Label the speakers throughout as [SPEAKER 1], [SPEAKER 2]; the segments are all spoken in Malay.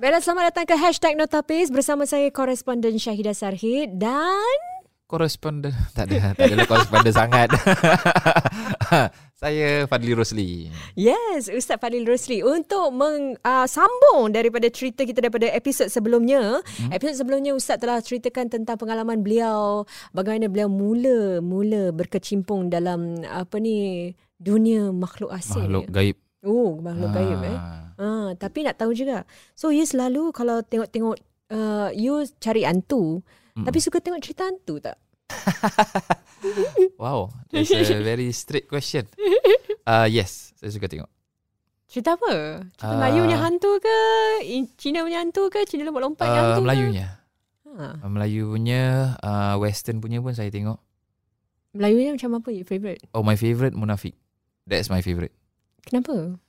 [SPEAKER 1] Baiklah, selamat datang ke Hashtag Notapis bersama saya koresponden Syahidah Sarhid dan...
[SPEAKER 2] Koresponden Tak ada Tak adalah koresponden sangat Saya Fadli Rosli
[SPEAKER 1] Yes, Ustaz Fadil Rosli untuk meng, uh, sambung daripada cerita kita daripada episod sebelumnya. Hmm. Episod sebelumnya Ustaz telah ceritakan tentang pengalaman beliau bagaimana beliau mula mula berkecimpung dalam apa ni dunia makhluk asing.
[SPEAKER 2] Makhluk gaib Ah.
[SPEAKER 1] Oh, makhluk gaib eh. Ha, tapi nak tahu juga. So you selalu kalau tengok-tengok uh, you cari hantu, hmm.
[SPEAKER 2] Mm.
[SPEAKER 1] tapi suka tengok cerita hantu tak?
[SPEAKER 2] Wow That's a very straight question uh, Yes Saya suka tengok
[SPEAKER 1] Cerita apa? Cerita
[SPEAKER 2] Ah.
[SPEAKER 1] Melayu punya hantu ke? In- Cina punya hantu ke? Cina lompat-lompat punya
[SPEAKER 2] uh,
[SPEAKER 1] hantu ke?
[SPEAKER 2] Melayunya
[SPEAKER 1] Ha.
[SPEAKER 2] Uh, Melayu punya uh, Western punya pun saya tengok
[SPEAKER 1] Melayunya macam apa you favourite?
[SPEAKER 2] Oh my favourite Munafik That's my favourite
[SPEAKER 1] Kenapa?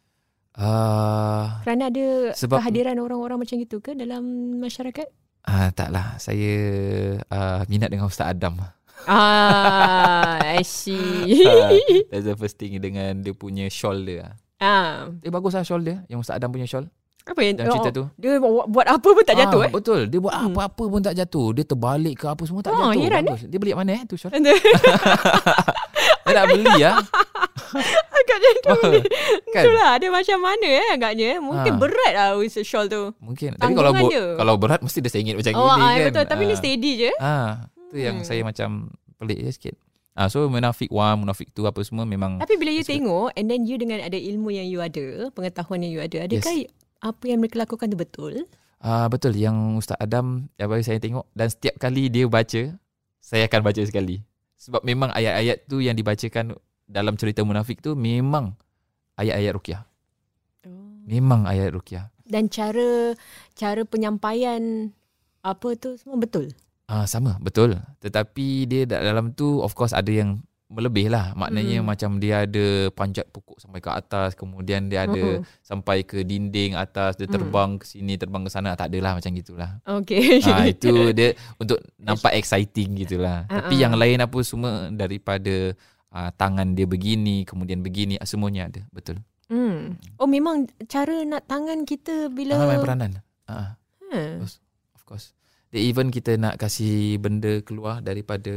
[SPEAKER 2] uh,
[SPEAKER 1] Kerana ada
[SPEAKER 2] Sebab-
[SPEAKER 1] kehadiran orang-orang macam itu ke dalam masyarakat?
[SPEAKER 2] uh, Tak lah Saya uh, Minat dengan Ustaz Adam
[SPEAKER 1] Ah, I see.
[SPEAKER 2] Ah, That's the first thing Dengan dia punya shawl dia
[SPEAKER 1] ah,
[SPEAKER 2] Eh bagus lah shawl dia Yang Ustaz Adam punya shawl
[SPEAKER 1] apa yang oh,
[SPEAKER 2] Dalam cerita tu Ah.
[SPEAKER 1] Dia bu- buat apa pun tak jatuh eh.
[SPEAKER 2] Betul. Dia buat
[SPEAKER 1] Hmm.
[SPEAKER 2] apa-apa pun tak jatuh. Dia terbalik ke apa semua tak
[SPEAKER 1] Ah,
[SPEAKER 2] jatuh.
[SPEAKER 1] heran,
[SPEAKER 2] Bagus. Dia beli kat mana eh tu shawl? Dia nak beli ah.
[SPEAKER 1] Agaknya dia
[SPEAKER 2] Faham?
[SPEAKER 1] beli.
[SPEAKER 2] Kan?
[SPEAKER 1] Itulah, dia macam mana eh agaknya. eh. Mungkin
[SPEAKER 2] Ah.
[SPEAKER 1] berat lah Winston shawl tu.
[SPEAKER 2] Mungkin. Tapi kalau
[SPEAKER 1] Tanggungan
[SPEAKER 2] bo-
[SPEAKER 1] dia.
[SPEAKER 2] kalau berat mesti dia sengit macam
[SPEAKER 1] Oh,
[SPEAKER 2] gini
[SPEAKER 1] ah,
[SPEAKER 2] kan.
[SPEAKER 1] betul. Tapi
[SPEAKER 2] Ah.
[SPEAKER 1] dia steady je.
[SPEAKER 2] Ah, tu yang
[SPEAKER 1] Hmm.
[SPEAKER 2] saya macam pelik je sikit. Ah, so munafik one, munafik two apa semua memang
[SPEAKER 1] Tapi bila you
[SPEAKER 2] That's good.
[SPEAKER 1] tengok and then you dengan ada ilmu yang you ada, pengetahuan yang you ada, adakah yes. apa yang mereka lakukan tu betul?
[SPEAKER 2] ah, betul yang Ustaz Adam yang baru saya tengok dan setiap kali dia baca, saya akan baca sekali. Sebab memang ayat-ayat tu yang dibacakan dalam cerita munafik tu memang ayat-ayat ruqyah. Memang ayat ruqyah.
[SPEAKER 1] Dan cara cara penyampaian apa tu semua betul.
[SPEAKER 2] Ah sama betul. Tetapi dia da- dalam tu of course ada yang melebih lah. Maknanya
[SPEAKER 1] Mm.
[SPEAKER 2] macam dia ada panjat pokok sampai ke atas, kemudian dia
[SPEAKER 1] Mhm.
[SPEAKER 2] ada sampai ke dinding atas, dia
[SPEAKER 1] Mm.
[SPEAKER 2] terbang ke sini, terbang ke sana. Ah, Tak adalah macam gitulah.
[SPEAKER 1] Okay.
[SPEAKER 2] ah itu dia untuk nampak exciting gitulah.
[SPEAKER 1] Ah,
[SPEAKER 2] Tapi
[SPEAKER 1] ah.
[SPEAKER 2] yang lain apa semua daripada ah, tangan dia begini, kemudian begini, ah, semuanya ada. Betul.
[SPEAKER 1] Hmm. Oh memang cara nak tangan kita bila
[SPEAKER 2] Ah, main peranan. Ah, ah.
[SPEAKER 1] Hmm.
[SPEAKER 2] Of course. Dia even kita nak kasih benda keluar daripada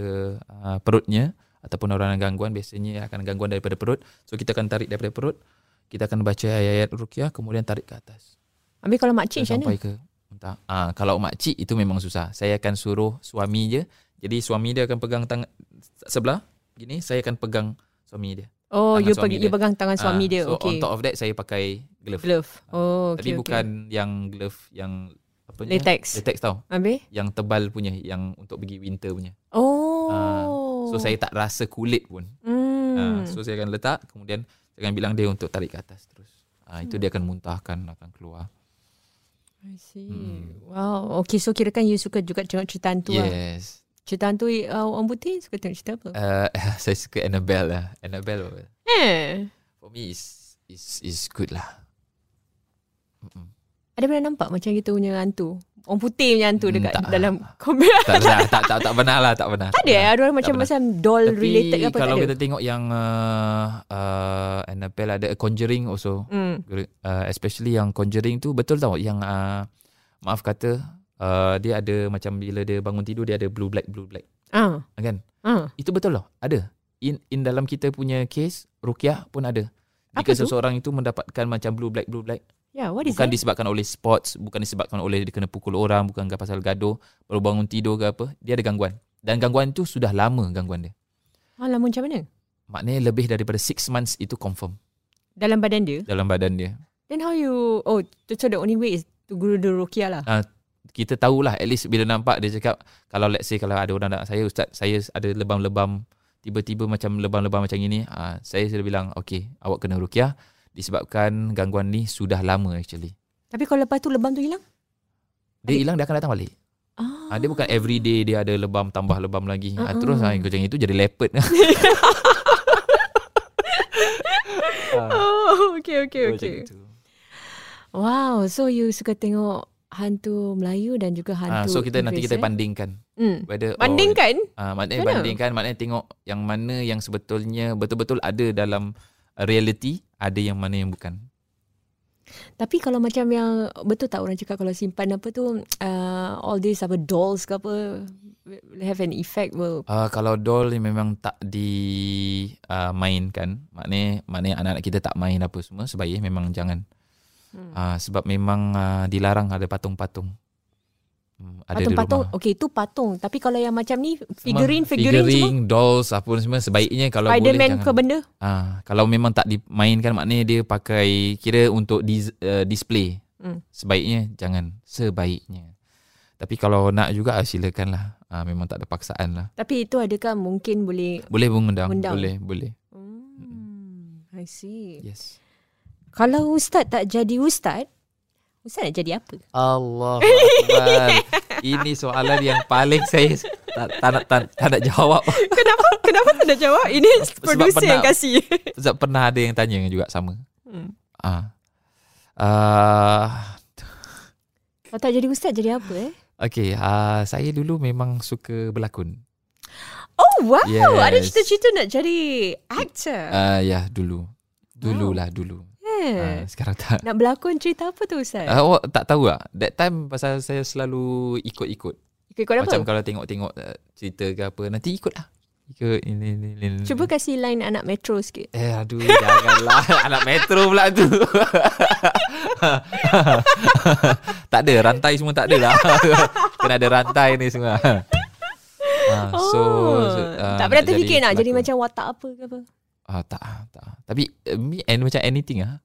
[SPEAKER 2] uh, perutnya ataupun orang yang gangguan biasanya akan gangguan daripada perut. So kita akan tarik daripada perut, kita akan baca ayat-ayat ruqyah kemudian tarik ke atas.
[SPEAKER 1] Habis kalau makcik
[SPEAKER 2] Dan
[SPEAKER 1] macam mana?
[SPEAKER 2] sampai ke entah. Ah kalau makcik itu memang susah. Saya akan suruh suami je. Jadi suami dia akan pegang tangan sebelah gini, saya akan pegang suami dia.
[SPEAKER 1] Oh,
[SPEAKER 2] Tangan
[SPEAKER 1] you,
[SPEAKER 2] suami
[SPEAKER 1] pergi,
[SPEAKER 2] dia.
[SPEAKER 1] you pegang tangan suami
[SPEAKER 2] Ah,
[SPEAKER 1] dia.
[SPEAKER 2] So on
[SPEAKER 1] okay.
[SPEAKER 2] top of that saya pakai glove.
[SPEAKER 1] Glove. Oh, okay, okay.
[SPEAKER 2] Tapi bukan yang glove yang apa ni?
[SPEAKER 1] latex.
[SPEAKER 2] Latex tau.
[SPEAKER 1] Habis?
[SPEAKER 2] yang tebal punya yang untuk pergi winter punya.
[SPEAKER 1] Oh.
[SPEAKER 2] Ah, So saya tak rasa kulit pun.
[SPEAKER 1] Hmm.
[SPEAKER 2] Hmm. so saya akan letak kemudian saya akan bilang dia untuk tarik ke atas terus. Ah itu dia akan muntahkan akan keluar.
[SPEAKER 1] I see.
[SPEAKER 2] Hmm.
[SPEAKER 1] Wow. Okay, so kirakan you suka juga tengok cerita hantu lah.
[SPEAKER 2] yes.
[SPEAKER 1] Cerita hantu uh, orang putih suka tengok cerita apa?
[SPEAKER 2] Uh, saya suka Annabelle lah. Annabelle
[SPEAKER 1] eh.
[SPEAKER 2] for me is is is good lah. Mm-mm.
[SPEAKER 1] Ada pernah nampak macam gitu punya hantu? Orang putih punya hantu
[SPEAKER 2] Hmm,
[SPEAKER 1] dekat
[SPEAKER 2] tak.
[SPEAKER 1] dalam komen.
[SPEAKER 2] Tak pernah tak tak tak pernah lah tak pernah.
[SPEAKER 1] tak ada eh? Ada orang macam
[SPEAKER 2] pernah.
[SPEAKER 1] macam doll
[SPEAKER 2] Tapi
[SPEAKER 1] related ke apa
[SPEAKER 2] kalau
[SPEAKER 1] tak
[SPEAKER 2] kita
[SPEAKER 1] ada?
[SPEAKER 2] tengok yang uh, uh, Annabelle ada Conjuring also.
[SPEAKER 1] Hmm.
[SPEAKER 2] uh, especially yang conjuring tu betul tau yang uh, maaf kata uh, dia ada macam bila dia bangun tidur dia ada blue black blue black
[SPEAKER 1] Ah.
[SPEAKER 2] kan
[SPEAKER 1] Ah.
[SPEAKER 2] itu betul tau ada in in dalam kita punya case ruqyah pun ada
[SPEAKER 1] Apa
[SPEAKER 2] jika
[SPEAKER 1] tu?
[SPEAKER 2] seseorang itu mendapatkan macam blue black blue black
[SPEAKER 1] Yeah, what is
[SPEAKER 2] bukan
[SPEAKER 1] that?
[SPEAKER 2] disebabkan oleh sports bukan disebabkan oleh dia kena pukul orang bukan pasal gaduh baru bangun tidur ke apa dia ada gangguan dan gangguan itu sudah lama gangguan dia
[SPEAKER 1] Ah, lama macam mana?
[SPEAKER 2] maknanya lebih daripada 6 months itu confirm
[SPEAKER 1] Dalam badan dia?
[SPEAKER 2] dalam badan dia
[SPEAKER 1] Then how you Oh so- So the only way Is to guru the rukia lah
[SPEAKER 2] kita tahulah at least bila nampak dia cakap kalau let's say kalau ada orang nak saya ustaz saya ada lebam-lebam tiba-tiba macam lebam-lebam macam ini ah saya sudah bilang okey awak kena ruqyah disebabkan gangguan ni sudah lama actually
[SPEAKER 1] Tapi kalau lepas tu Lebam tu hilang
[SPEAKER 2] dia hilang dia akan datang balik ah, dia bukan every day dia ada lebam tambah lebam lagi ah,
[SPEAKER 1] Mm-mm.
[SPEAKER 2] terus ah, macam itu jadi leopard Ah,
[SPEAKER 1] Oh okay okay
[SPEAKER 2] Macam
[SPEAKER 1] okay
[SPEAKER 2] itu.
[SPEAKER 1] Wow So you suka tengok Hantu Melayu Dan juga
[SPEAKER 2] Ah,
[SPEAKER 1] hantu
[SPEAKER 2] so kita nanti
[SPEAKER 1] Inggeris,
[SPEAKER 2] kita
[SPEAKER 1] eh?
[SPEAKER 2] bandingkan
[SPEAKER 1] hmm.
[SPEAKER 2] whether oh,
[SPEAKER 1] Bandingkan
[SPEAKER 2] Ah, maknanya
[SPEAKER 1] Mana?
[SPEAKER 2] bandingkan maknanya tengok yang mana yang sebetulnya betul-betul ada dalam reality, ada yang mana yang bukan.
[SPEAKER 1] Tapi kalau macam yang betul tak orang cakap kalau simpan apa tu uh, all these apa dolls ke apa will have an effect will
[SPEAKER 2] Uh, kalau doll ni memang tak dimainkan, uh, maknanya maknanya anak-anak kita tak main apa semua sebaiknya memang jangan.
[SPEAKER 1] Hmm.
[SPEAKER 2] Uh, sebab memang uh, dilarang ada patung-patung. Hmm, ada di rumah.
[SPEAKER 1] patung-patung. Okey tu patung. Tapi kalau yang macam ni
[SPEAKER 2] Semua
[SPEAKER 1] figurine figurine semua
[SPEAKER 2] figurine dolls apa semua sebaiknya kalau
[SPEAKER 1] Spiderman ke
[SPEAKER 2] boleh jangan.
[SPEAKER 1] benda.
[SPEAKER 2] Ah, kalau memang tak dimainkan maknanya dia pakai kira untuk dis, uh, display.
[SPEAKER 1] Hmm.
[SPEAKER 2] Sebaiknya jangan, sebaiknya. Tapi kalau nak juga ah, silakanlah. Ah, memang tak ada paksaan lah.
[SPEAKER 1] Tapi itu adakah mungkin boleh
[SPEAKER 2] Boleh mengundang,
[SPEAKER 1] Undang.
[SPEAKER 2] boleh, boleh.
[SPEAKER 1] Hmm, I see.
[SPEAKER 2] Yes.
[SPEAKER 1] Kalau ustaz tak jadi ustaz, ustaz nak jadi apa?
[SPEAKER 2] Allah Ini soalan yang paling saya tak, tak, nak, tak, tak nak jawab
[SPEAKER 1] Kenapa? Kenapa tak nak jawab? Ini producer yang
[SPEAKER 2] penat.
[SPEAKER 1] kasih.
[SPEAKER 2] Sebab pernah ada yang tanya juga sama
[SPEAKER 1] Hmm.
[SPEAKER 2] ah. Uh,
[SPEAKER 1] Kalau tak jadi ustaz jadi apa eh?
[SPEAKER 2] Okay uh, Saya dulu memang suka berlakon
[SPEAKER 1] Oh wow,
[SPEAKER 2] Yes.
[SPEAKER 1] ada cita-cita nak jadi actor.
[SPEAKER 2] uh, Ya dulu Dululah
[SPEAKER 1] Oh.
[SPEAKER 2] dulu
[SPEAKER 1] yeah.
[SPEAKER 2] uh, Sekarang tak
[SPEAKER 1] Nak berlakon cerita apa tu ustaz?
[SPEAKER 2] uh, Awak tak tahu lah That time pasal saya selalu ikut-ikut
[SPEAKER 1] Ikut-ikut apa?
[SPEAKER 2] Macam kalau tengok-tengok uh, cerita ke apa Nanti ikut lah Ikut ini, ini, ini.
[SPEAKER 1] Cuba kasih line anak metro sikit.
[SPEAKER 2] Eh aduh janganlah Anak metro pula tu Tak ada rantai semua tak ada lah Kena ada rantai ni semua Ah, so, so ah,
[SPEAKER 1] Oh. tak pernah
[SPEAKER 2] nak
[SPEAKER 1] terfikir nak jadi
[SPEAKER 2] pelakon.
[SPEAKER 1] macam watak apa ke apa?
[SPEAKER 2] ah, tak ah, tak ah. Tapi uh, me and macam anything ah.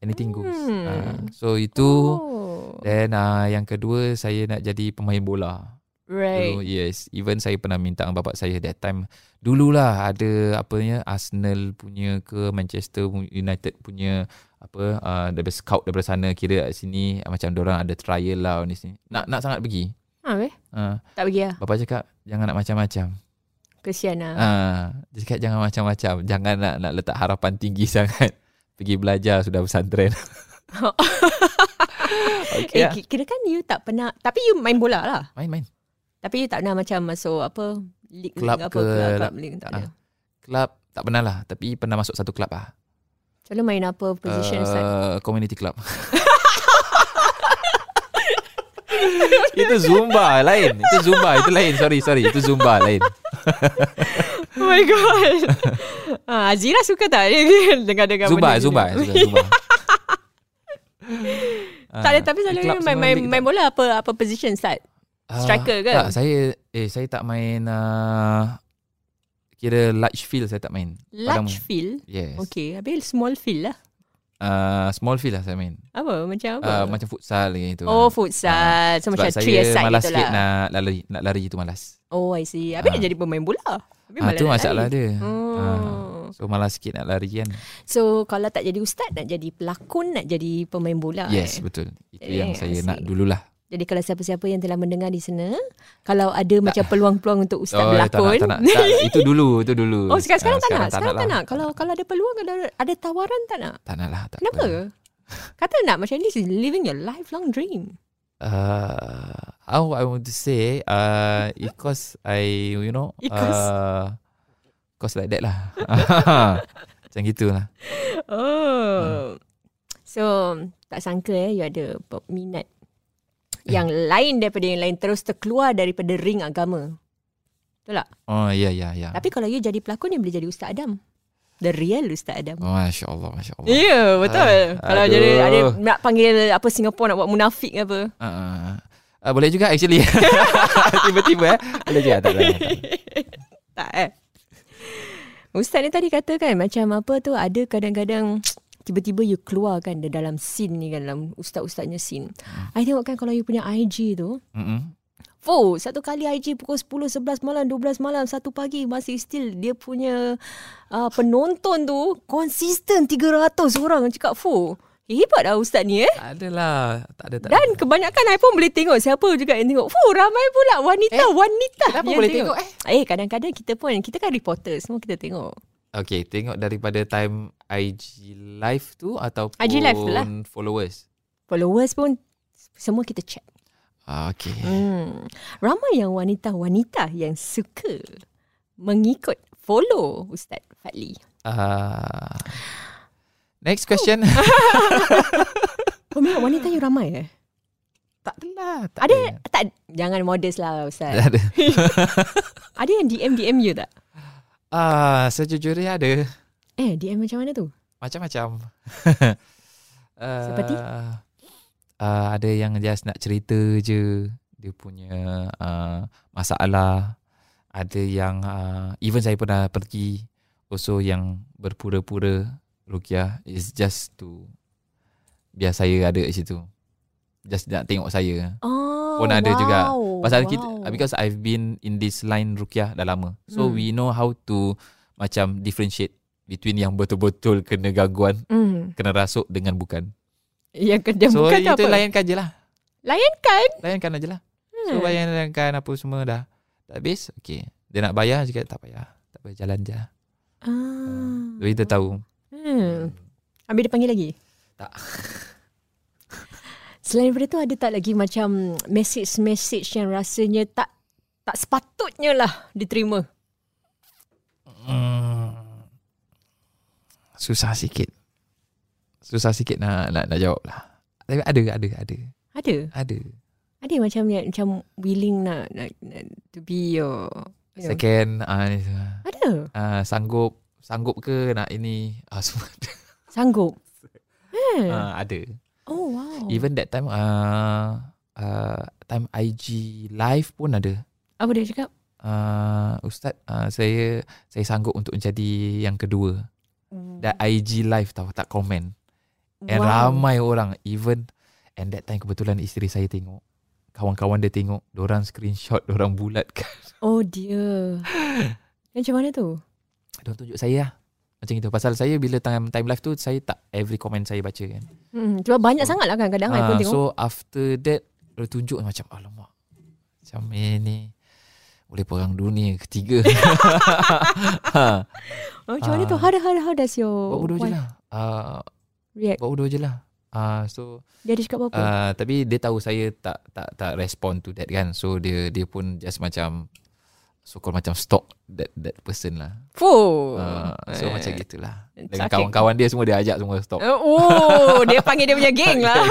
[SPEAKER 2] Anything goes.
[SPEAKER 1] Hmm.
[SPEAKER 2] Ah, so itu
[SPEAKER 1] Oh.
[SPEAKER 2] then ah, yang kedua saya nak jadi pemain bola. Dulu
[SPEAKER 1] Right.
[SPEAKER 2] yes Even saya pernah minta dengan bapak saya That time Dululah ada Apanya Arsenal punya ke Manchester United punya Apa uh, Daripada scout daripada sana Kira kat sini uh, Macam orang ada trial lah ni sini Nak nak sangat pergi
[SPEAKER 1] Ha, weh.
[SPEAKER 2] uh,
[SPEAKER 1] Tak pergi lah.
[SPEAKER 2] Bapak cakap Jangan nak macam-macam
[SPEAKER 1] Kesian lah.
[SPEAKER 2] Ah, Dia cakap jangan macam-macam Jangan nak, nak letak harapan tinggi sangat Pergi belajar Sudah
[SPEAKER 1] Eh,
[SPEAKER 2] pesantren Okay lah.
[SPEAKER 1] yeah. kira kan you tak pernah Tapi you main bola lah
[SPEAKER 2] Main-main
[SPEAKER 1] Tapi you tak pernah macam Masuk apa League
[SPEAKER 2] Club
[SPEAKER 1] league apa
[SPEAKER 2] ke,
[SPEAKER 1] Club,
[SPEAKER 2] la-
[SPEAKER 1] club league tak ada
[SPEAKER 2] ah. Club Tak pernah lah Tapi pernah masuk satu club lah
[SPEAKER 1] Selalu main apa Position uh,
[SPEAKER 2] uh, Community club Itu Zumba lain Itu Zumba Itu lain Sorry sorry Itu Zumba lain
[SPEAKER 1] Oh my god ah, Azira suka tak Dia Dengar-dengar
[SPEAKER 2] Zumba
[SPEAKER 1] benda
[SPEAKER 2] Zumba
[SPEAKER 1] macam
[SPEAKER 2] Zumba,
[SPEAKER 1] tu?
[SPEAKER 2] Zumba. Ah,
[SPEAKER 1] Tak ada tapi selalu main,
[SPEAKER 2] Club semua
[SPEAKER 1] main,
[SPEAKER 2] league
[SPEAKER 1] main bola apa apa position start
[SPEAKER 2] Ah,
[SPEAKER 1] striker ke?
[SPEAKER 2] Tak saya Eh saya tak main uh, Kira large field Saya tak main Padamu.
[SPEAKER 1] Large field
[SPEAKER 2] Yes
[SPEAKER 1] Okay Habis small field lah
[SPEAKER 2] uh, Small field lah saya main
[SPEAKER 1] Apa macam apa
[SPEAKER 2] uh, Macam futsal gitu
[SPEAKER 1] Oh futsal So
[SPEAKER 2] Sebab
[SPEAKER 1] macam three
[SPEAKER 2] saya
[SPEAKER 1] aside
[SPEAKER 2] malas
[SPEAKER 1] gitu
[SPEAKER 2] sikit
[SPEAKER 1] lah
[SPEAKER 2] nak lari Nak lari itu malas
[SPEAKER 1] Oh I see Habis dia jadi pemain bola Habis
[SPEAKER 2] Ah,
[SPEAKER 1] malah
[SPEAKER 2] Itu
[SPEAKER 1] nak
[SPEAKER 2] masalah
[SPEAKER 1] lari.
[SPEAKER 2] dia Ah,
[SPEAKER 1] Oh.
[SPEAKER 2] So malas sikit nak lari kan
[SPEAKER 1] So kalau tak jadi ustaz nak jadi pelakon nak jadi pemain bola.
[SPEAKER 2] Yes
[SPEAKER 1] Eh.
[SPEAKER 2] betul Itu
[SPEAKER 1] Eh,
[SPEAKER 2] yang
[SPEAKER 1] I
[SPEAKER 2] saya
[SPEAKER 1] see.
[SPEAKER 2] nak dululah
[SPEAKER 1] Jadi kalau siapa-siapa yang telah mendengar di sana, kalau ada macam peluang-peluang untuk ustaz
[SPEAKER 2] Oh, tak
[SPEAKER 1] berlakon.
[SPEAKER 2] nak, tak nak. Tak, itu dulu, itu dulu.
[SPEAKER 1] Oh sekarang sekarang
[SPEAKER 2] Ah,
[SPEAKER 1] tak nak. Sekarang tak
[SPEAKER 2] lah.
[SPEAKER 1] nak. Kalau kalau ada peluang kalau ada, ada tawaran tak nak.
[SPEAKER 2] tak nak lah. Tak
[SPEAKER 1] Kenapa?
[SPEAKER 2] Apa.
[SPEAKER 1] Kata nak macam ni is living your lifelong dream.
[SPEAKER 2] Uh, how I want to say, uh, it cause I, you know,
[SPEAKER 1] It cause.
[SPEAKER 2] uh, cause like that lah. Macam lah. gitulah.
[SPEAKER 1] Oh. So tak sangka eh you ada minat yang lain daripada yang lain terus terkeluar daripada ring agama. Betul tak?
[SPEAKER 2] Oh, ya, ya, ya.
[SPEAKER 1] Tapi kalau you jadi pelakon you boleh jadi Ustaz Adam. The real Ustaz Adam.
[SPEAKER 2] Oh, Masya Allah, Masya Allah.
[SPEAKER 1] Ya, yeah, betul.
[SPEAKER 2] Ah,
[SPEAKER 1] kalau
[SPEAKER 2] aduh.
[SPEAKER 1] jadi ada nak panggil apa Singapura nak buat munafik ke apa.
[SPEAKER 2] Uh, uh, uh, boleh juga actually. Tiba-tiba eh. Boleh juga, tak boleh.
[SPEAKER 1] Tak eh. Ustaz ni tadi kata kan macam apa tu ada kadang-kadang tiba-tiba you keluar kan dia dalam scene ni kan dalam ustaz-ustaznya scene.
[SPEAKER 2] Hmm.
[SPEAKER 1] I tengok kan kalau you punya IG tu
[SPEAKER 2] Mm-mm.
[SPEAKER 1] Oh, satu kali IG pukul 10, 11 malam, 12 malam, 1 pagi masih still dia punya uh, penonton tu konsisten 300 orang cakap, "Fuh, hebat lah ustaz ni eh."
[SPEAKER 2] Tak ada lah. Tak ada, tak ada.
[SPEAKER 1] Dan kebanyakan I pun boleh tengok siapa juga yang tengok. Fuh, ramai pula wanita, eh, wanita.
[SPEAKER 2] kenapa
[SPEAKER 1] yang
[SPEAKER 2] boleh tengok,
[SPEAKER 1] eh? Eh, kadang-kadang kita pun, kita kan reporter, semua kita tengok.
[SPEAKER 2] Okay, tengok daripada time IG live tu ataupun
[SPEAKER 1] IG live tu lah.
[SPEAKER 2] followers.
[SPEAKER 1] Followers pun semua kita check.
[SPEAKER 2] Ah, okay.
[SPEAKER 1] Hmm. Ramai yang wanita-wanita yang suka mengikut follow Ustaz Fadli.
[SPEAKER 2] Ah. Next question.
[SPEAKER 1] Oh, memang wanita you ramai eh?
[SPEAKER 2] tak adalah. Tak
[SPEAKER 1] Ada tak jangan modest lah ustaz.
[SPEAKER 2] Ada.
[SPEAKER 1] ada yang DM DM you tak?
[SPEAKER 2] Ah, sejujurnya ada
[SPEAKER 1] Eh, DM macam mana tu?
[SPEAKER 2] macam-macam. uh,
[SPEAKER 1] Seperti?
[SPEAKER 2] Uh, ada yang just nak cerita je dia punya uh, masalah. Ada yang uh, even saya pernah pergi also yang berpura-pura rukyah is just to biar saya ada kat situ. Just nak tengok saya.
[SPEAKER 1] Oh,
[SPEAKER 2] Pun ada
[SPEAKER 1] wow.
[SPEAKER 2] juga. Pasal wow. kita kan-
[SPEAKER 1] wow.
[SPEAKER 2] because I've been in this line rukyah dah lama. So
[SPEAKER 1] Hmm.
[SPEAKER 2] hmm. we know how to macam differentiate between yang betul-betul kena gangguan,
[SPEAKER 1] Hmm.
[SPEAKER 2] kena rasuk dengan bukan.
[SPEAKER 1] Yang kerja Eh,
[SPEAKER 2] so
[SPEAKER 1] bukan tu
[SPEAKER 2] itu
[SPEAKER 1] apa?
[SPEAKER 2] layankan je lah.
[SPEAKER 1] Layankan.
[SPEAKER 2] Layankan aje lah.
[SPEAKER 1] Hmm.
[SPEAKER 2] So layankan apa semua dah. Dah habis, okay. Dia nak bayar juga tak payah. Tak payah jalan je.
[SPEAKER 1] ah.
[SPEAKER 2] Jadi dia tahu.
[SPEAKER 1] Hmm. Habis dia panggil lagi?
[SPEAKER 2] Tak.
[SPEAKER 1] Selain daripada tu ada tak lagi macam message-message yang rasanya tak tak sepatutnya lah diterima.
[SPEAKER 2] Hmm. Susah sikit. Susah sikit nak nak, nak jawab lah. Tapi ada, ada, ada.
[SPEAKER 1] Ada.
[SPEAKER 2] Ada.
[SPEAKER 1] Ada yang macam yang macam willing nak, nak, nak to be your you know.
[SPEAKER 2] Second, ah, ni semua.
[SPEAKER 1] Ada.
[SPEAKER 2] uh, sanggup sanggup ke nak ini uh, semua ada.
[SPEAKER 1] Sanggup. Eh.
[SPEAKER 2] Uh, ada.
[SPEAKER 1] oh wow.
[SPEAKER 2] Even that time uh, uh, time IG live pun ada.
[SPEAKER 1] Apa dia cakap?
[SPEAKER 2] Uh, Ustaz uh, saya saya sanggup untuk menjadi yang kedua. Dan IG live tahu tak komen. And wow. ramai orang even and that time kebetulan isteri saya tengok. Kawan-kawan dia tengok, orang screenshot, orang bulatkan.
[SPEAKER 1] Oh dear. Macam mana tu?
[SPEAKER 2] Dia tunjuk saya lah. Macam itu. Pasal saya bila time time live tu saya tak every comment saya baca kan.
[SPEAKER 1] Hmm, sebab banyak
[SPEAKER 2] So-
[SPEAKER 1] sangat lah kadang-kadang I pun
[SPEAKER 2] Ah,
[SPEAKER 1] tengok.
[SPEAKER 2] So after that Dia tunjuk macam Alamak Macam ini Boleh perang dunia ketiga ha,
[SPEAKER 1] oh, macam mana tu?
[SPEAKER 2] ah.
[SPEAKER 1] How, the- how, the- how does your
[SPEAKER 2] Buat bodoh je
[SPEAKER 1] wife
[SPEAKER 2] lah uh,
[SPEAKER 1] react?
[SPEAKER 2] Buat bodoh je lah uh, So
[SPEAKER 1] Dia ada cakap apa-apa?
[SPEAKER 2] uh, Tapi dia tahu saya Tak tak tak respond to that kan So dia dia pun just macam So called macam stalk That that person lah
[SPEAKER 1] Fuh.
[SPEAKER 2] uh, So
[SPEAKER 1] Eh.
[SPEAKER 2] macam gitulah
[SPEAKER 1] Sakit.
[SPEAKER 2] Dengan kawan-kawan dia semua Dia ajak semua stalk
[SPEAKER 1] Eh, Oh, dia panggil dia punya geng lah.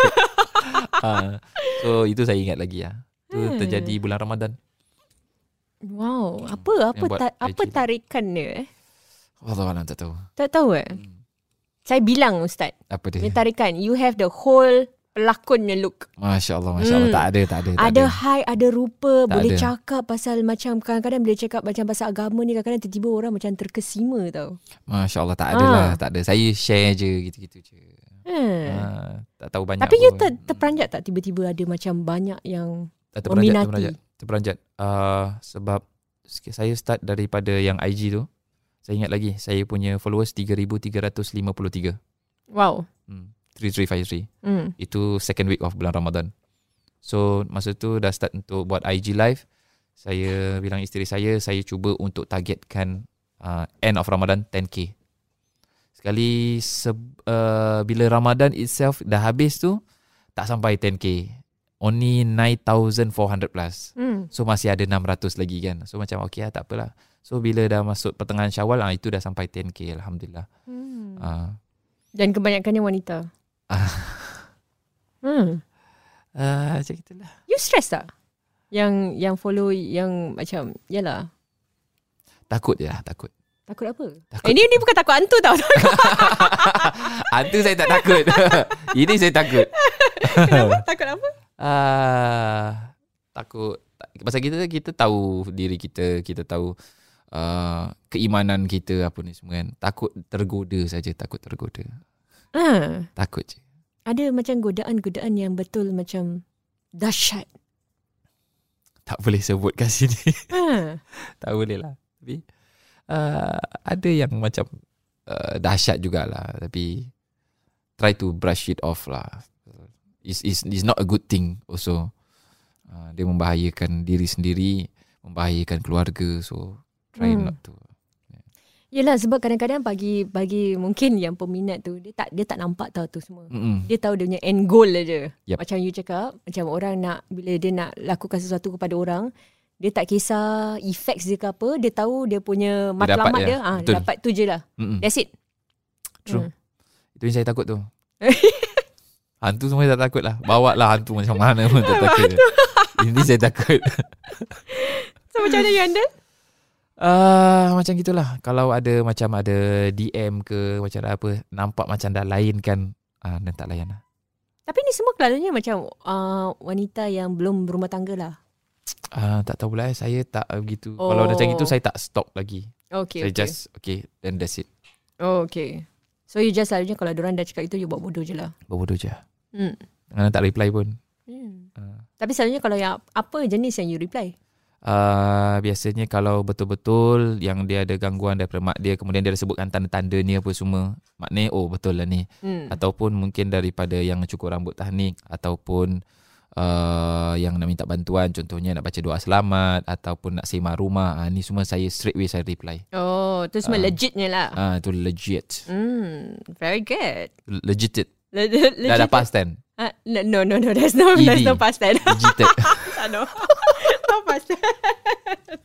[SPEAKER 2] uh, So itu saya ingat lagi lah Itu
[SPEAKER 1] Hmm.
[SPEAKER 2] terjadi bulan Ramadan
[SPEAKER 1] Wow, apa apa
[SPEAKER 2] Yang buat
[SPEAKER 1] ta- apa
[SPEAKER 2] IG.
[SPEAKER 1] tarikan dia eh?
[SPEAKER 2] Allah Allah tak tahu
[SPEAKER 1] Tak tahu eh.
[SPEAKER 2] Hmm.
[SPEAKER 1] Saya bilang ustaz,
[SPEAKER 2] Apa dia?
[SPEAKER 1] punya tarikan you have the whole pelakon punya look.
[SPEAKER 2] Masya Allah, Masya Allah.
[SPEAKER 1] Hmm.
[SPEAKER 2] Tak ada, tak ada. Eh, Tak
[SPEAKER 1] ada high, ada rupa,
[SPEAKER 2] Tak
[SPEAKER 1] boleh
[SPEAKER 2] ada.
[SPEAKER 1] cakap pasal macam kadang-kadang bila cakap macam pasal agama ni kadang-kadang tiba-tiba orang macam terkesima tau.
[SPEAKER 2] Masya Allah, tak ada
[SPEAKER 1] Ah.
[SPEAKER 2] lah. Tak ada. Saya share je, gitu-gitu je.
[SPEAKER 1] Hmm.
[SPEAKER 2] Ah, tak tahu banyak
[SPEAKER 1] Tapi you
[SPEAKER 2] pun.
[SPEAKER 1] ter- terperanjat tak tiba-tiba ada macam banyak yang
[SPEAKER 2] tak terperanjat,
[SPEAKER 1] meminati?
[SPEAKER 2] terperanjat. Terperanjat. Ah, sebab sk- saya start daripada yang IG tu. Saya ingat lagi, saya punya followers 3,353.
[SPEAKER 1] wow.
[SPEAKER 2] Hmm. 3353.
[SPEAKER 1] Hmm.
[SPEAKER 2] Itu second week of bulan Ramadan. So, masa tu dah start untuk buat IG live. Saya bilang isteri saya, saya cuba untuk targetkan uh, end of Ramadan 10k. Sekali se- uh, bila Ramadan itself dah habis tu tak sampai 10k. Only 9400 plus.
[SPEAKER 1] Hmm.
[SPEAKER 2] So masih ada 600 lagi kan. So macam okey lah, tak apalah. So bila dah masuk pertengahan Syawal ah itu dah sampai 10k alhamdulillah.
[SPEAKER 1] Hmm.
[SPEAKER 2] Ah.
[SPEAKER 1] Dan kebanyakannya wanita.
[SPEAKER 2] Ah.
[SPEAKER 1] Hmm.
[SPEAKER 2] Ah macam itulah.
[SPEAKER 1] You stress tak? Yang yang follow yang macam yalah.
[SPEAKER 2] Takut je lah, takut.
[SPEAKER 1] Takut apa?
[SPEAKER 2] Takut.
[SPEAKER 1] Eh, ni ni bukan takut hantu tau.
[SPEAKER 2] Hantu saya tak takut. Ini saya takut.
[SPEAKER 1] Kenapa? Takut apa?
[SPEAKER 2] Ah, takut tak- pasal kita kita tahu diri kita, kita tahu uh, keimanan kita apa ni semua kan. Takut tergoda saja, takut tergoda.
[SPEAKER 1] Ha.
[SPEAKER 2] Takut je.
[SPEAKER 1] Ada macam godaan-godaan yang betul macam dahsyat.
[SPEAKER 2] Tak boleh sebut kat sini.
[SPEAKER 1] Ha.
[SPEAKER 2] tak boleh lah. Tapi uh, ada yang macam uh, dahsyat jugalah tapi try to brush it off lah. It's is is not a good thing also. Uh, dia membahayakan diri sendiri, membahayakan keluarga so try
[SPEAKER 1] Hmm.
[SPEAKER 2] hmm. not to.
[SPEAKER 1] Yelah sebab kadang-kadang bagi bagi mungkin yang peminat tu dia tak dia tak nampak tau tu semua.
[SPEAKER 2] Mm-mm.
[SPEAKER 1] Dia tahu dia punya end goal aja.
[SPEAKER 2] Yup.
[SPEAKER 1] Macam you cakap, macam orang nak bila dia nak lakukan sesuatu kepada orang, dia tak kisah effects dia ke apa, dia tahu dia punya matlamat
[SPEAKER 2] je.
[SPEAKER 1] dia, ah ha,
[SPEAKER 2] ya. Betul.
[SPEAKER 1] dapat tu je lah.
[SPEAKER 2] Mm-mm.
[SPEAKER 1] That's it.
[SPEAKER 2] True. Itu yang saya takut tu Hantu semua saya tak takut lah Bawa lah hantu macam mana pun tak takut Ini saya takut
[SPEAKER 1] So macam mana you handle?
[SPEAKER 2] Ah Macam gitulah Kalau ada macam ada DM ke Macam ada apa Nampak macam dah lain kan ah, Dan tak layan lah
[SPEAKER 1] Tapi ni semua kelaluannya macam uh, wanita yang belum berumah tangga lah.
[SPEAKER 2] ah, Tak tahu pula eh, Saya tak begitu
[SPEAKER 1] Oh.
[SPEAKER 2] oh. Kalau macam itu saya tak stop lagi
[SPEAKER 1] Okay,
[SPEAKER 2] okay, Saya just Okay then that's it
[SPEAKER 1] Oh, okay. So you just selalunya kalau diorang dah cakap itu, you buat bodoh je lah.
[SPEAKER 2] Berbodoh je
[SPEAKER 1] Hmm.
[SPEAKER 2] Ah, Tak reply pun
[SPEAKER 1] Hmm.
[SPEAKER 2] Ah.
[SPEAKER 1] Tapi selalunya kalau yang apa jenis yang you reply?
[SPEAKER 2] Uh, biasanya kalau betul-betul yang dia ada gangguan daripada mak dia kemudian dia ada sebutkan tanda-tandanya apa semua maknanya oh betul lah ni
[SPEAKER 1] Hmm.
[SPEAKER 2] ataupun mungkin daripada yang cukur rambut tahnik ataupun uh, yang nak minta bantuan contohnya nak baca doa selamat ataupun nak semak rumah ah ni semua saya straight away saya reply
[SPEAKER 1] Oh, tu semua
[SPEAKER 2] Ah.
[SPEAKER 1] legitnya lah.
[SPEAKER 2] ah tu legit
[SPEAKER 1] Hmm, very good.
[SPEAKER 2] legit
[SPEAKER 1] Le- le- Hmm. legit.
[SPEAKER 2] dah E dah past tense
[SPEAKER 1] Ah, no, no, no, there's no,
[SPEAKER 2] ED.
[SPEAKER 1] there's no past tense.
[SPEAKER 2] legit
[SPEAKER 1] Tak no. no past tense.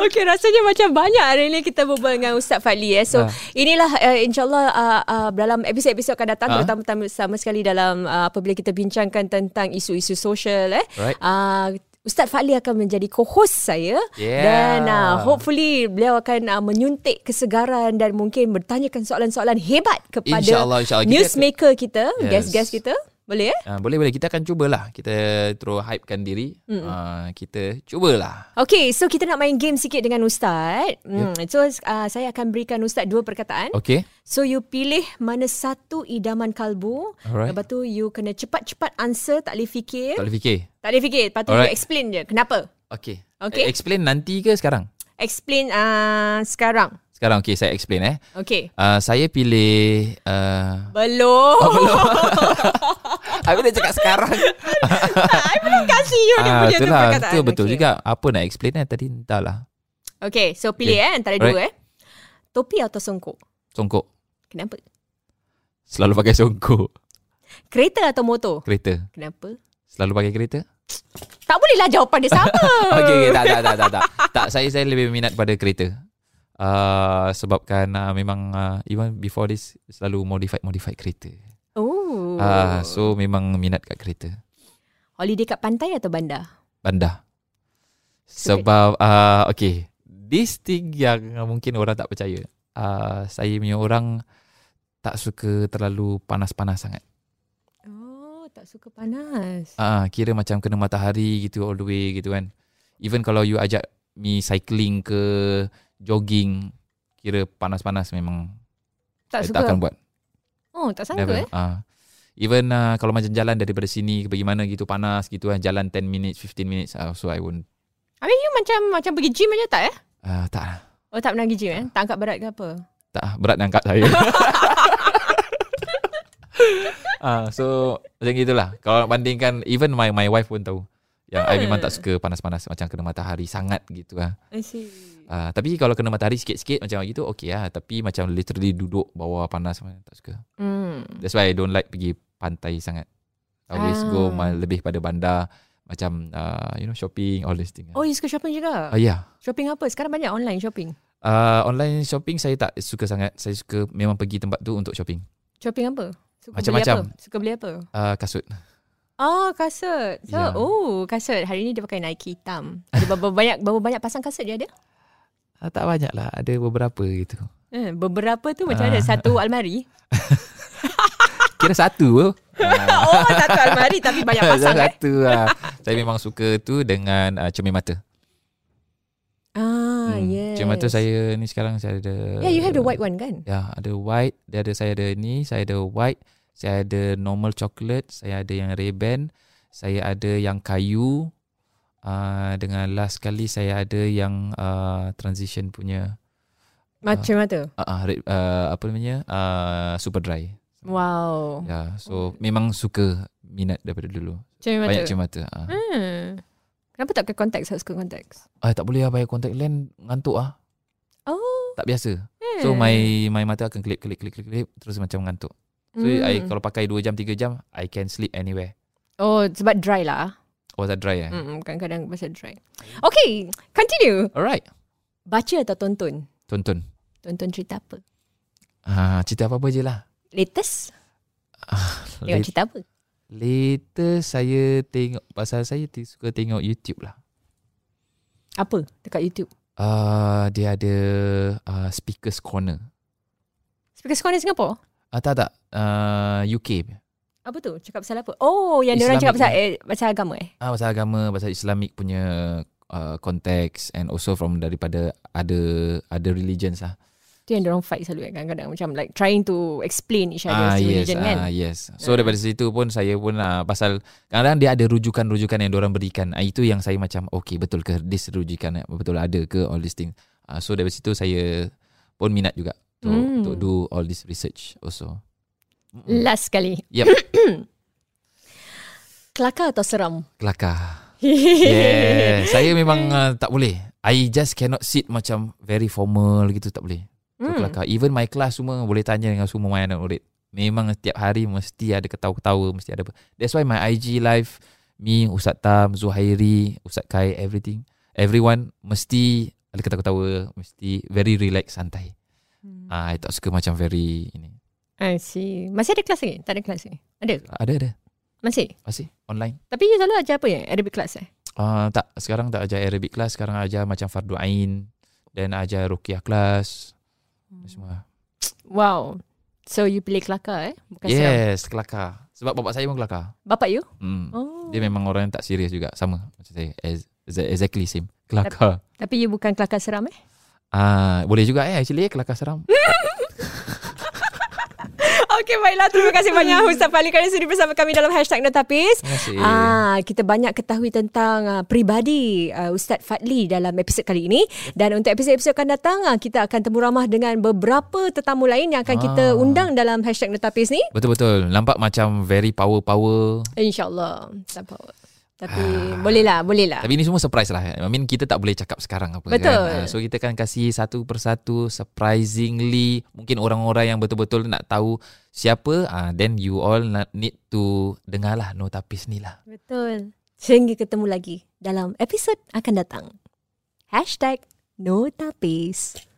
[SPEAKER 1] Okay, rasanya macam banyak hari ni kita berbual dengan Ustaz Fadli eh. So,
[SPEAKER 2] Ah.
[SPEAKER 1] inilah uh, insyaAllah uh, uh, dalam episod-episod akan datang
[SPEAKER 2] Ah.
[SPEAKER 1] terutama sama sekali dalam uh, apabila kita bincangkan tentang isu-isu sosial eh.
[SPEAKER 2] Alright.
[SPEAKER 1] Uh, Ustaz Fadli akan menjadi co-host saya
[SPEAKER 2] Yeah.
[SPEAKER 1] dan uh, hopefully beliau akan uh, menyuntik kesegaran dan mungkin bertanyakan soalan-soalan hebat kepada
[SPEAKER 2] Insyaallah, insyaallah. Kita-
[SPEAKER 1] newsmaker kita,
[SPEAKER 2] Yes.
[SPEAKER 1] guest-guest kita. Boleh eh?
[SPEAKER 2] Ah, boleh boleh kita akan cubalah kita terus hypekan diri
[SPEAKER 1] Hmm.
[SPEAKER 2] ah, kita cubalah
[SPEAKER 1] Okay, so kita nak main game sikit dengan
[SPEAKER 2] Ya.
[SPEAKER 1] Ustaz. Hmm, So, uh, saya akan berikan Ustaz dua perkataan.
[SPEAKER 2] okay
[SPEAKER 1] So, you pilih mana satu idaman kalbu.
[SPEAKER 2] Alright.
[SPEAKER 1] Lepas tu, you kena cepat-cepat answer. Tak boleh fikir.
[SPEAKER 2] tak boleh fikir
[SPEAKER 1] Tak boleh fikir. Lepas tu, you
[SPEAKER 2] Alright.
[SPEAKER 1] explain je. Kenapa?
[SPEAKER 2] Okay.
[SPEAKER 1] Okay.
[SPEAKER 2] Eh, Explain nanti ke sekarang?
[SPEAKER 1] Explain uh, sekarang.
[SPEAKER 2] Sekarang okay saya explain eh.
[SPEAKER 1] Okay.
[SPEAKER 2] Uh, saya pilih uh,
[SPEAKER 1] Belum. Oh, belum.
[SPEAKER 2] Habis dia cakap sekarang
[SPEAKER 1] I belum kasih you dia
[SPEAKER 2] Ah,
[SPEAKER 1] punya tu
[SPEAKER 2] Itulah
[SPEAKER 1] perkataan.
[SPEAKER 2] Itu betul
[SPEAKER 1] okay.
[SPEAKER 2] okay. juga Apa nak explain eh Tadi entahlah
[SPEAKER 1] Okay, so pilih
[SPEAKER 2] Okay.
[SPEAKER 1] eh antara
[SPEAKER 2] Alright.
[SPEAKER 1] dua eh. Topi atau songkok?
[SPEAKER 2] Songkok
[SPEAKER 1] Kenapa?
[SPEAKER 2] Selalu pakai songkok
[SPEAKER 1] Kereta atau motor?
[SPEAKER 2] Kereta
[SPEAKER 1] Kenapa?
[SPEAKER 2] Selalu pakai kereta
[SPEAKER 1] Tak bolehlah jawapan dia sama.
[SPEAKER 2] Okay, okay tak, tak tak tak tak Tak saya saya lebih minat pada kereta uh, Sebabkan uh, memang uh, Even before this Selalu modified modified kereta
[SPEAKER 1] Oh.
[SPEAKER 2] uh, So memang minat kat kereta
[SPEAKER 1] Holiday kat pantai atau bandar?
[SPEAKER 2] bandar.
[SPEAKER 1] Suka-
[SPEAKER 2] Sebab uh, okay, this thing yang mungkin orang tak percaya. Uh, saya punya orang tak suka terlalu panas-panas sangat.
[SPEAKER 1] Oh, tak suka panas.
[SPEAKER 2] Ah, uh, kira macam kena matahari gitu all the way gitu kan. Even kalau you ajak me cycling ke jogging, kira panas-panas memang
[SPEAKER 1] tak
[SPEAKER 2] saya
[SPEAKER 1] suka.
[SPEAKER 2] eh, tak akan buat.
[SPEAKER 1] Oh, tak sangka eh.
[SPEAKER 2] Ah. Even uh, kalau macam jalan daripada sini ke bagaimana gitu panas gitu kan jalan 10 minutes 15 minutes uh, so I won't
[SPEAKER 1] I mean, you macam macam pergi gym aja tak eh?
[SPEAKER 2] uh, tak lah.
[SPEAKER 1] Oh, tak pernah pergi gym eh? Tak angkat berat ke apa?
[SPEAKER 2] Tak ah, berat nak angkat saya. Ah, so macam gitulah. Kalau nak bandingkan even my my wife pun tahu. Yang I memang
[SPEAKER 1] Hmm.
[SPEAKER 2] tak suka panas-panas macam kena matahari sangat gitu lah.
[SPEAKER 1] I see.
[SPEAKER 2] Ah, tapi kalau kena matahari sikit-sikit macam gitu okey lah. Tapi macam literally duduk bawah panas macam tak suka.
[SPEAKER 1] Hmm.
[SPEAKER 2] That's why I don't like pergi pantai sangat. I always
[SPEAKER 1] Ah.
[SPEAKER 2] go ma- lebih pada bandar macam ah, you know shopping all this thing.
[SPEAKER 1] Oh, you suka shopping juga?
[SPEAKER 2] Ah, yeah.
[SPEAKER 1] Shopping apa? Sekarang banyak online shopping.
[SPEAKER 2] Ah, online shopping saya tak suka sangat. Saya suka memang pergi tempat tu untuk shopping.
[SPEAKER 1] Shopping apa? Suka
[SPEAKER 2] Macam-macam.
[SPEAKER 1] beli apa? Suka beli apa?
[SPEAKER 2] Ah, kasut.
[SPEAKER 1] Oh, kasut. So,
[SPEAKER 2] Ya.
[SPEAKER 1] oh, kasut. Hari ni dia pakai Nike hitam. Ada berapa banyak berapa banyak pasang kasut dia ada?
[SPEAKER 2] Ah, tak banyak lah Ada beberapa gitu
[SPEAKER 1] Eh, beberapa tu macam ada
[SPEAKER 2] Ah.
[SPEAKER 1] satu almari.
[SPEAKER 2] Kira satu
[SPEAKER 1] oh, satu almari tapi banyak pasang eh.
[SPEAKER 2] Satu lah Saya memang suka tu Dengan uh, cermin mata
[SPEAKER 1] Ah, yes.
[SPEAKER 2] Cermin Hmm, mata saya Ni sekarang saya ada
[SPEAKER 1] Yeah, you have the white one kan?
[SPEAKER 2] Ya ada white Dia ada saya ada ni Saya ada white Saya ada normal chocolate Saya ada yang Ray-Ban Saya ada yang kayu uh, Dengan last kali Saya ada yang uh, Transition punya
[SPEAKER 1] Macam mata.
[SPEAKER 2] uh, uh, red, uh, Apa namanya uh, Super dry
[SPEAKER 1] Wow.
[SPEAKER 2] Ya so Memang suka Minat daripada dulu
[SPEAKER 1] Cermin Oh. mata.
[SPEAKER 2] Banyak cermin mata ah.
[SPEAKER 1] Hmm. Kenapa tak pakai konteks? Harus pakai konteks.
[SPEAKER 2] ah tak boleh lah pakai contact lens ngantuk ah.
[SPEAKER 1] Oh.
[SPEAKER 2] Tak biasa.
[SPEAKER 1] eh.
[SPEAKER 2] So my my mata akan kelip kelip kelip kelip, kelip terus macam ngantuk. So
[SPEAKER 1] Hmm.
[SPEAKER 2] I kalau pakai 2 jam 3 jam I can sleep anywhere.
[SPEAKER 1] Oh, sebab dry lah.
[SPEAKER 2] Oh tak dry eh.
[SPEAKER 1] Hmm, kadang-kadang pasal dry.
[SPEAKER 2] Hmm.
[SPEAKER 1] Okay, continue.
[SPEAKER 2] Alright.
[SPEAKER 1] Baca atau tonton?
[SPEAKER 2] Tonton.
[SPEAKER 1] Tonton cerita apa?
[SPEAKER 2] Ah, cerita apa-apa je lah.
[SPEAKER 1] Latest? Tengok
[SPEAKER 2] Late,
[SPEAKER 1] Ya, cerita apa?
[SPEAKER 2] later saya tengok pasal saya t- suka tengok YouTube lah.
[SPEAKER 1] Apa dekat YouTube?
[SPEAKER 2] Ah, dia ada ah, speakers corner.
[SPEAKER 1] Speakers Corner Singapore?
[SPEAKER 2] Ah, tak tak. Ah, UK. punya.
[SPEAKER 1] Apa tu? Cakap pasal apa? Oh, yang diorang cakap
[SPEAKER 2] Islamic
[SPEAKER 1] pasal, eh, pasal agama eh?
[SPEAKER 2] Ah, pasal agama, pasal Islamic punya uh, konteks and also from daripada other other religions lah.
[SPEAKER 1] Tu yang diorang fight selalu kan kadang-kadang. Macam like trying to explain each
[SPEAKER 2] ah
[SPEAKER 1] other's
[SPEAKER 2] yes,
[SPEAKER 1] religion kan?
[SPEAKER 2] ah yes.
[SPEAKER 1] Ah.
[SPEAKER 2] So daripada situ pun saya pun ah, pasal kadang-kadang dia ada rujukan-rujukan yang orang berikan. Ah, itu yang saya macam okay betul ke this rujukan eh? betul ada ke all these thing. Ah, so daripada situ saya pun minat juga to
[SPEAKER 1] Hmm.
[SPEAKER 2] to do all this research also. Mm-mm.
[SPEAKER 1] Last sekali.
[SPEAKER 2] Yep.
[SPEAKER 1] Kelakar atau seram?
[SPEAKER 2] Kelakar. Yeah, saya memang ah, tak boleh. I just cannot sit macam very formal gitu tak boleh. So,
[SPEAKER 1] Hmm.
[SPEAKER 2] kelakar. Even my class semua boleh tanya dengan semua my anak murid. Memang setiap hari mesti ada ketawa-ketawa, mesti ada apa. That's why my IG live, me, Ustaz Tam, Zuhairi, Ustaz Kai, everything. Everyone mesti ada ketawa-ketawa, mesti very relax, santai.
[SPEAKER 1] Hmm.
[SPEAKER 2] Ah, I tak suka macam very ini.
[SPEAKER 1] I see. Masih ada kelas lagi? Tak ada kelas lagi? Ada?
[SPEAKER 2] Ada ada.
[SPEAKER 1] Masih?
[SPEAKER 2] Masih online.
[SPEAKER 1] Tapi you selalu ajar apa ya? Arabic class eh?
[SPEAKER 2] Ah, tak sekarang tak ajar Arabic class, sekarang ajar macam fardu ain dan ajar ruqyah class. Semua.
[SPEAKER 1] Wow. So you pilih kelakar eh? Bukan seram.
[SPEAKER 2] Yes, kelakar. Sebab bapak saya pun kelakar.
[SPEAKER 1] Bapak you?
[SPEAKER 2] Hmm.
[SPEAKER 1] Oh.
[SPEAKER 2] Dia memang orang yang tak serius juga Sama macam saya Ex- ex- Exactly same Kelakar
[SPEAKER 1] Tapi you bukan kelakar seram eh?
[SPEAKER 2] Ah, Boleh juga eh actually eh, Kelakar seram
[SPEAKER 1] Okey baiklah. Terima kasih banyak Ustaz Fali kerana sudi bersama kami dalam hashtag Notapis.
[SPEAKER 2] Terima kasih
[SPEAKER 1] Ah, kita banyak ketahui tentang uh, peribadi uh, Ustaz Fadli dalam episod kali ini dan untuk episod-episod akan datang uh, kita akan temu ramah dengan beberapa tetamu lain yang akan kita
[SPEAKER 2] Ah.
[SPEAKER 1] undang dalam hashtag Notapis ni.
[SPEAKER 2] Betul-betul Nampak macam very power-power
[SPEAKER 1] InsyaAllah Tak apa Tapi
[SPEAKER 2] Ah.
[SPEAKER 1] bolehlah Bolehlah
[SPEAKER 2] Tapi ini semua surprise lah I mean kita tak boleh cakap sekarang apa
[SPEAKER 1] Betul.
[SPEAKER 2] kan Ah, So kita akan kasih satu persatu Surprisingly Mungkin orang-orang yang betul-betul nak tahu Siapa ah, Then you all na- need to Dengar lah Notapis ni lah
[SPEAKER 1] Betul Sehingga ketemu lagi Dalam episod akan datang Hashtag No Tapis